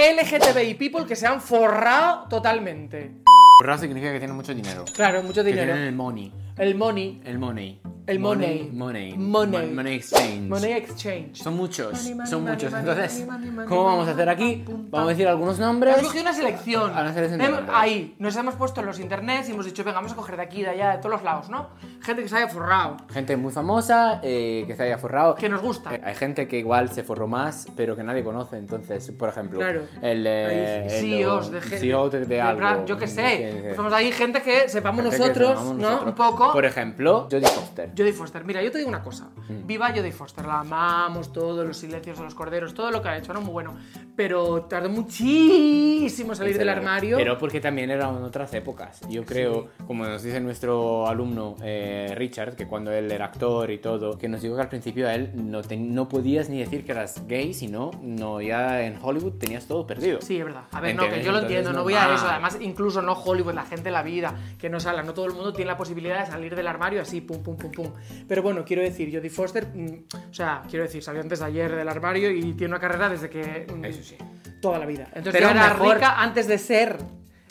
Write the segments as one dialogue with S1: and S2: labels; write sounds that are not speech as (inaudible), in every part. S1: LGTBI people que se han forrado totalmente.
S2: Forrado significa que tiene mucho dinero.
S1: Claro, mucho
S2: Que tienen
S1: dinero.
S2: el money.
S1: El money.
S2: El money.
S1: El money.
S2: Money.
S1: Money.
S2: Mon- money exchange.
S1: Money exchange.
S2: Mm. Son muchos.
S1: Money, money,
S2: son
S1: money,
S2: muchos.
S1: money,
S2: Entonces,
S1: money, money, money,
S2: ¿cómo vamos a
S1: money,
S2: hacer aquí?
S1: pam, pum,
S2: Vamos a
S1: pam.
S2: decir algunos
S1: Hemos
S2: nombres.
S1: cogido una selección.
S2: Ah, una selección de
S1: Hem-
S2: nombres.
S1: ahí, nos hemos puesto en los internets y hemos dicho, venga, vamos a coger de aquí, de allá, de todos los lados, ¿no? Gente que se haya forrado,
S2: Gente muy famosa eh, que se haya forrado.
S1: que nos gusta.
S2: Eh, Hay gente que igual se forró más, pero que nadie conoce. Entonces, por ejemplo,
S1: Claro.
S2: el, eh,
S1: Ahí,
S2: el
S1: CEOs E de gente.
S2: CEO de, de
S1: en
S2: algo.
S1: plan, yo qué
S2: Que-
S1: sé.
S2: que-
S1: Somos ahí gente que sepamos
S2: gente que
S1: nosotros,
S2: sepamos
S1: ¿no?
S2: nosotros.
S1: Un poco.
S2: Por ejemplo, Jodie Foster.
S1: Jodie Foster, mira, yo te digo una cosa.
S2: Mm.
S1: Viva Jodie Foster, la amamos, todos los silencios de los corderos, todo lo que ha hecho, era muy bueno. Pero tardó muchísimo en salir del armario.
S2: Pero porque también eran otras épocas. Yo creo, como nos dice nuestro alumno eh, Richard, que cuando él era actor y todo, que nos dijo que al principio a él no, te- no podías ni decir que eras gay, sino no, ya en Hollywood tenías todo perdido.
S1: Sí, es verdad. A ver, no,
S2: ¿Entiendes?
S1: que yo lo
S2: Entonces,
S1: entiendo, no
S2: no
S1: voy a
S2: va.
S1: eso. Además, incluso no Hollywood, la gente, la vida, que no sala, no todo el mundo tiene la posibilidad de salir del armario así, pum, pum, pum, pum. Pero bueno, quiero decir, Jodie Foster, mm, o sea, quiero decir, salió antes de ayer del armario y tiene una carrera desde que. mm,
S2: Eso sí.
S1: Toda la vida. Entonces,
S2: Pero
S1: ya era
S2: mejor-
S1: rica antes de ser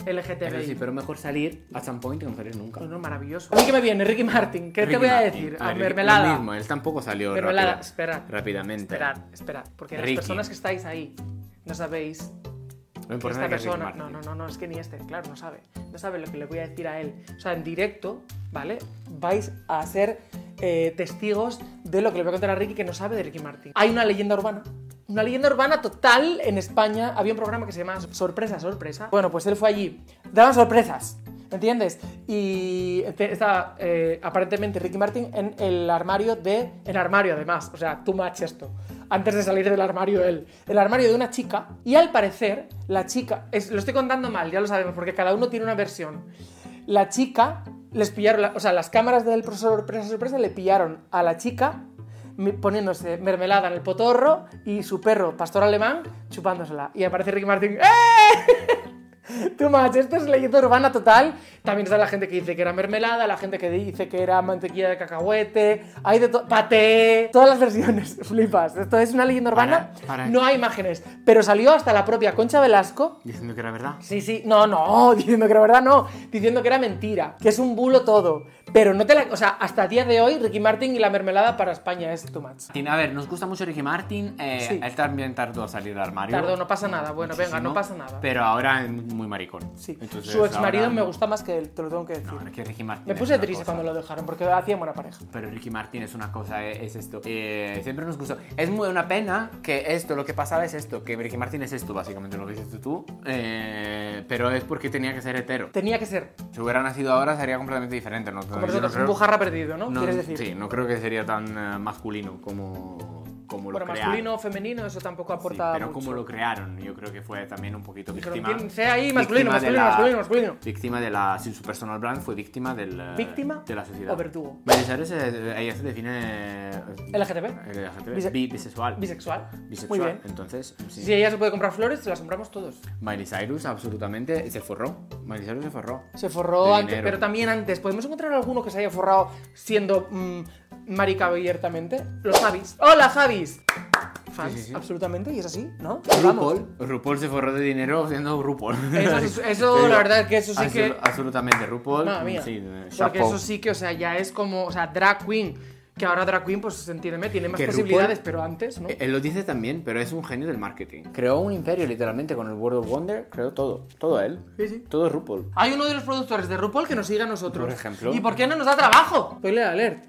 S2: Eso
S1: LGTBI.
S2: sí, pero mejor salir a some point que no salir nunca.
S1: No, no, maravilloso. A mí que me viene, Ricky Martin, ¿qué te
S2: Ricky
S1: voy a
S2: Martin.
S1: decir?
S2: A
S1: A
S2: ver,
S1: mermelada.
S2: Lo mismo, él tampoco salió
S1: Mermelada,
S2: rápido-
S1: esperad.
S2: rápidamente.
S1: Esperad, esperad, porque
S2: Ricky.
S1: las personas que estáis ahí no sabéis
S2: Lo
S1: que esta
S2: importante es que Ricky
S1: persona.
S2: Martin.
S1: No, no, no, no, es que ni este, claro, no sabe. No sabe lo que le voy a decir a él. O sea, en directo, ¿vale? Vais a ser eh, testigos de lo que le voy a contar a Ricky que no sabe de Ricky Martin. Hay una leyenda urbana. Una leyenda urbana total en España. Había un programa que se llamaba Sorpresa, Sorpresa. Bueno, pues él fue allí. Daban sorpresas. ¿Entiendes? Y te- estaba eh, aparentemente Ricky Martin en el armario de. En armario, además. O sea, too much esto. Antes de salir del armario, él. El armario de una chica. Y al parecer, la chica. es- lo estoy contando mal, ya lo sabemos, porque cada uno tiene una versión. La chica. Les pillaron. la- o sea, las cámaras del profesor sorpresa, sorpresa le pillaron a la chica mi- poniéndose mermelada en el potorro y su perro, pastor alemán, chupándosela. Y aparece Ricky Martin. ¡Eh! (laughs) Too much, esto es leyenda urbana total. También está la gente que dice que era mermelada, la gente que dice que era mantequilla de cacahuete, hay de todo, paté, todas las versiones, (laughs) flipas. Esto es una leyenda urbana,
S2: Para, para.
S1: no hay imágenes, pero salió hasta la propia Concha Velasco.
S2: Diciendo que era verdad.
S1: Sí, sí, no, no, (laughs) diciendo que era verdad, no, diciendo que era mentira, que es un bulo todo. Pero no te la. O sea, hasta a día de hoy, Ricky Martin y la mermelada para España es too much.
S2: Martin, A ver, nos gusta mucho Ricky Martin. eh,
S1: Sí.
S2: Él también tardó a salir del armario.
S1: Tardó, no pasa nada, bueno, venga,
S2: muchísimo,
S1: no pasa nada.
S2: Pero ahora es muy maricón.
S1: Sí,
S2: Entonces,
S1: su ex marido
S2: ahora
S1: me
S2: no.
S1: gusta más que él, te lo tengo que decir.
S2: No, es que Ricky Martin.
S1: Me
S2: es
S1: puse
S2: una
S1: triste
S2: cosa.
S1: cuando lo dejaron porque hacían buena pareja.
S2: Pero Ricky Martin es una cosa, eh, es esto. Eh, siempre nos gustó. Es muy una pena que esto, lo que pasaba es esto, que Ricky Martin es esto, básicamente lo que dices tú. Eh, pero es porque tenía que ser hetero.
S1: Tenía que ser.
S2: Si hubiera nacido ahora sería completamente diferente. ¿no?
S1: Como
S2: Yo
S1: nosotros,
S2: no creo-
S1: un bujarra perdido, ¿no?
S2: no,
S1: Quieres decir.
S2: Sí, no creo que sería tan eh, masculino como, como lo
S1: Bueno,
S2: crearon.
S1: masculino o femenino, eso tampoco
S2: Sí,
S1: aporta
S2: pero
S1: mucho.
S2: como lo crearon, yo creo que fue también un poquito
S1: Pero
S2: víctima.
S1: ¿quién sea ahí? Masculino,
S2: víctima de
S1: masculino, masculino, masculino.
S2: Víctima de la. Si su personal brand fue víctima del. eh,
S1: ¿Víctima
S2: De la sociedad.
S1: o verdugo?
S2: Miley Cyrus, eh, ella se define. eh,
S1: LGTB.
S2: eh, LGTB,
S1: Bise-
S2: bi- bisexual.
S1: Bisexual.
S2: Bisexual.
S1: Muy bien.
S2: Entonces, sí.
S1: Si ella se puede comprar flores, se las compramos todos.
S2: Miley Cyrus absolutamente se forró. Miley Cyrus se forró.
S1: Se
S2: De
S1: forró antes,
S2: dinero.
S1: pero también antes. ¿Podemos encontrar alguno que se haya forrado siendo mm, marica abiertamente? Los Javis. ¡Hola, Javis! Fans,
S2: sí, sí.
S1: absolutamente, y es así, ¿no? Vamos.
S2: RuPaul. RuPaul se forró de dinero siendo RuPaul.
S1: Eso
S2: (laughs)
S1: es-
S2: Te
S1: eso,
S2: digo, "Ah,
S1: la verdad que eso sí
S2: absolu-
S1: que-
S2: Absolutamente. RuPaul.
S1: Madre mía.
S2: Sí, eh,
S1: Porque
S2: chapeau.
S1: eso sí que, o sea, ya es como, o sea, drag queen. Que ahora drag queen, pues entiéndeme, tiene más
S2: Que RuPaul-
S1: posibilidades, pero antes, ¿no?
S2: Eh, Él lo dice también, pero es un genio del marketing. Creó un imperio literalmente con el World of Wonder, creó todo, todo él,
S1: Sí, sí.
S2: todo RuPaul.
S1: Hay uno de los productores de RuPaul que nos sigue a nosotros.
S2: Por ejemplo.
S1: ¿Y por qué no nos da trabajo? Spoiler alert.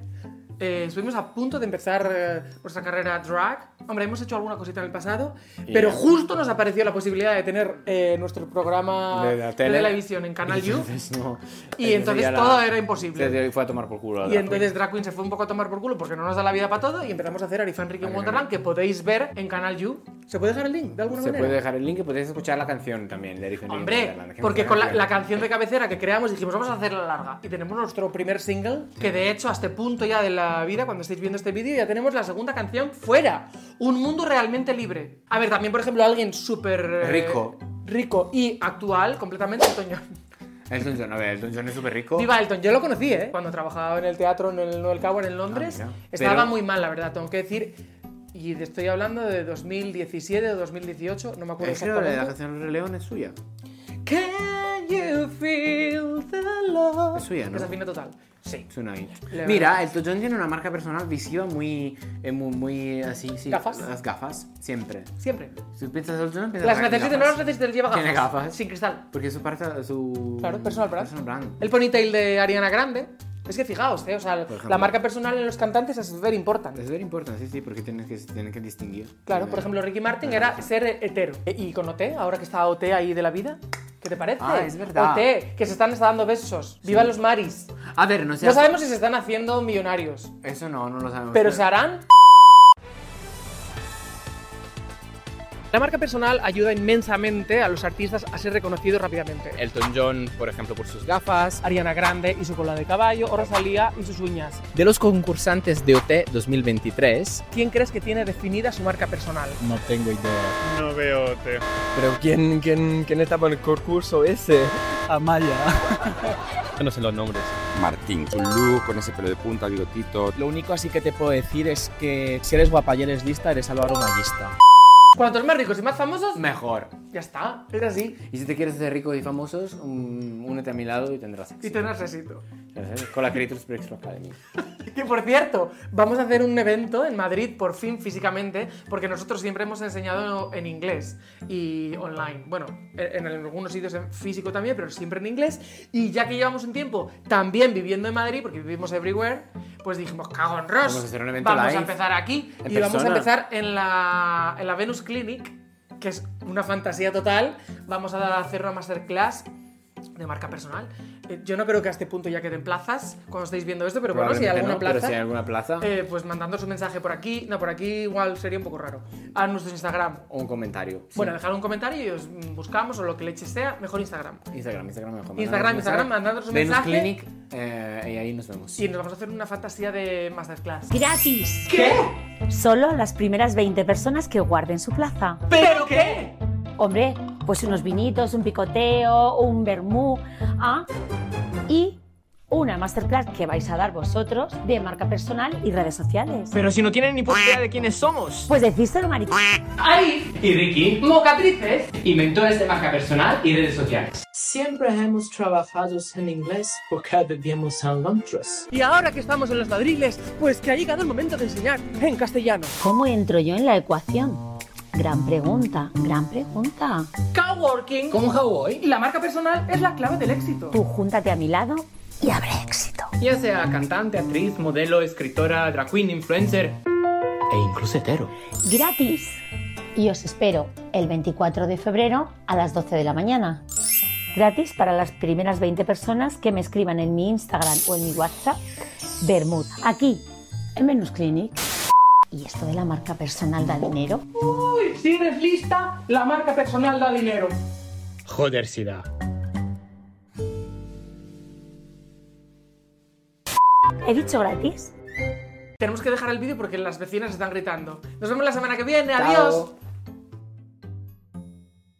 S1: Eh, estuvimos a punto de empezar eh, nuestra carrera drag. Hombre, hemos hecho alguna cosita en el pasado,
S2: Y
S1: pero
S2: ya.
S1: justo nos apareció la posibilidad de tener eh, nuestro programa
S2: De la tele.
S1: televisión en Canal U.
S2: (laughs) Entonces, no.
S1: Y entonces
S2: ya la-
S1: todo era imposible.
S2: Se fue a tomar por culo. a
S1: Y
S2: Drag
S1: entonces Drag Queen se fue un poco a tomar por culo porque no nos da la vida para todo y empezamos a hacer Arifan Ricky en Wonderland que podéis ver en Canal You. ¿Se puede dejar el link de alguna
S2: Queen.
S1: manera?
S2: Se puede dejar el link y podéis escuchar la canción también de Eric Enrique Wonderland,
S1: Hombre,
S2: que
S1: porque
S2: es
S1: con
S2: una
S1: la, la canción de cabecera que creamos dijimos vamos a hacerla larga y tenemos nuestro primer single que de hecho a este punto ya de la vida cuando estáis viendo este vídeo ya tenemos la segunda canción fuera un mundo realmente libre a ver también por ejemplo alguien súper eh,
S2: Rico.
S1: rico y actual completamente Toño
S2: Elton John, a ver, Elton John es súper rico.
S1: Viva Elton, yo lo conocí, ¿eh? Cuando trabajaba en el teatro en el Noel Coward en Londres.
S2: Ah, mira.
S1: Estaba
S2: Pero-
S1: muy mal, la verdad, tengo que decir. Y te estoy hablando de 2017 o 2018, no me acuerdo
S2: Es que la de la
S1: exactamente.
S2: canción del Rey León es suya.
S1: Can you feel the love?
S2: Es suya, ¿no?
S1: Desafino total. Sí.
S2: Tsunami.
S1: Le-
S2: Mira, el John tiene una marca personal visiva muy, eh, muy, muy así. Sí,
S1: ¿Gafas?
S2: Las gafas, siempre.
S1: Siempre.
S2: Si piensas en Elton John, piensas
S1: Las
S2: en
S1: necesitas,
S2: gafas.
S1: no las necesitas, lleva gafas.
S2: Tiene gafas.
S1: Sin cristal.
S2: Porque su parte, su...
S1: Claro, personal brand.
S2: Personal brand.
S1: El ponytail de Ariana Grande. Es que fijaos, ¿eh? O sea,
S2: ejemplo.
S1: la marca personal en los cantantes es very importante.
S2: Es muy importante, sí, sí, porque tienes que, tienes que distinguir.
S1: Claro, por ejemplo, Ricky Martin era ser hetero. E- Y con OT, ahora que está OT ahí de la vida, ¿qué te parece?
S2: Ah, es verdad.
S1: OT, que se están hasta dando besos. ¡Viva los maris!
S2: A ver, no sé.
S1: No sabemos si se están haciendo millonarios,
S2: Eso no, no lo sabemos.
S1: pero se harán. La marca personal ayuda inmensamente a los artistas a ser reconocidos rápidamente.
S3: Elton John, por ejemplo, por sus gafas.
S1: Ariana Grande y su cola de caballo, o Rosalía y sus uñas.
S3: De los concursantes de OT 2023,
S1: ¿Quién crees que tiene definida su marca personal?
S4: No tengo idea.
S5: No veo te.
S6: Pero ¿quién, quién, quién estaba en el concurso ese?
S4: Amaya.
S5: No sé los nombres.
S7: Martín. Su look con ese pelo de punta, bigotito.
S4: Lo único así que te puedo decir es que si eres guapa y eres lista, eres Álvaro Mayista.
S1: Cuantos más ricos y más famosos,
S2: Mejor.
S1: ya está, es así.
S2: Y si te quieres hacer rico y famosos, mm, únete a mi lado y tendrás
S1: Y
S2: éxito.
S1: tendrás éxito.
S2: Con la Creators Breakthrough Academy.
S1: (laughs) Que por cierto, vamos a hacer un evento en Madrid, por fin físicamente, porque nosotros siempre hemos enseñado en inglés y online. Bueno, e-, en, en algunos sitios en físico también, pero siempre en inglés. Y ya que llevamos un tiempo también viviendo en Madrid, porque vivimos everywhere, pues dijimos, cago en Ross.
S2: Vamos a hacer un evento
S1: vamos a
S2: live,
S1: empezar aquí.
S2: en
S1: y vamos a
S2: persona.
S1: empezar en la, en la Venus Clinic, que es una fantasía total. Vamos a hacer una masterclass de marca personal. Eh, Yo no creo que a este punto ya queden plazas cuando estáis viendo esto, pero bueno, si hay
S2: Probablemente
S1: alguna
S2: no,
S1: plaza,
S2: Pero si hay alguna plaza,
S1: eh, pues mandando su mensaje por aquí. No, por aquí igual sería un poco raro. A nuestro Instagram.
S2: un comentario. Sí.
S1: Bueno, dejad un comentario y os mm, buscamos o lo que le eche sea, mejor Instagram.
S2: Instagram, Instagram mejor. Mandadnos
S1: Instagram,
S2: un
S1: Instagram,
S2: mensaje.
S1: mandadnos un
S2: Venus
S1: mensaje.
S2: Clinic eh, y ahí nos vemos.
S1: Y nos vamos a hacer una fantasía de masterclass.
S8: ¡Gratis!
S1: ¿Qué?
S8: Solo las primeras 20 personas que guarden su plaza.
S1: ¿Pero qué?
S8: Hombre, pues unos vinitos, un picoteo, un vermú. ¿ah? Y una masterclass que vais a dar vosotros de marca personal y redes sociales.
S3: Pero si no tienen ni puta idea de quiénes somos.
S8: Pues decírselo, maric...
S3: Ari y Ricky,
S1: Mocatrices.
S3: inventores de este marca personal y redes sociales.
S9: Siempre hemos trabajado en inglés porque vivimos en Londres.
S1: Y ahora que estamos en los madriles, pues que ha llegado el momento de enseñar en castellano.
S8: ¿Cómo entro yo en la ecuación? Gran pregunta, gran pregunta.
S1: Coworking.
S3: ¿Cómo Hawaii?
S1: La marca personal es la clave del éxito.
S8: Tú júntate a mi lado y habrá éxito.
S3: Ya sea cantante, actriz, modelo, escritora, drag queen, influencer e incluso hetero.
S8: gratis. Y os espero el 24 de febrero a las 12 de la mañana. Gratis para las primeras 20 personas que me escriban en mi Instagram o en mi WhatsApp, Bermud, aquí, en Venus Clinic. ¿Y esto de la marca personal da dinero?
S1: Uy, si eres lista, la marca personal da dinero.
S3: Joder, si da.
S8: ¿He dicho gratis?
S1: Tenemos que dejar el vídeo porque las vecinas están gritando. Nos vemos la semana que viene.
S2: Chao.
S1: Adiós.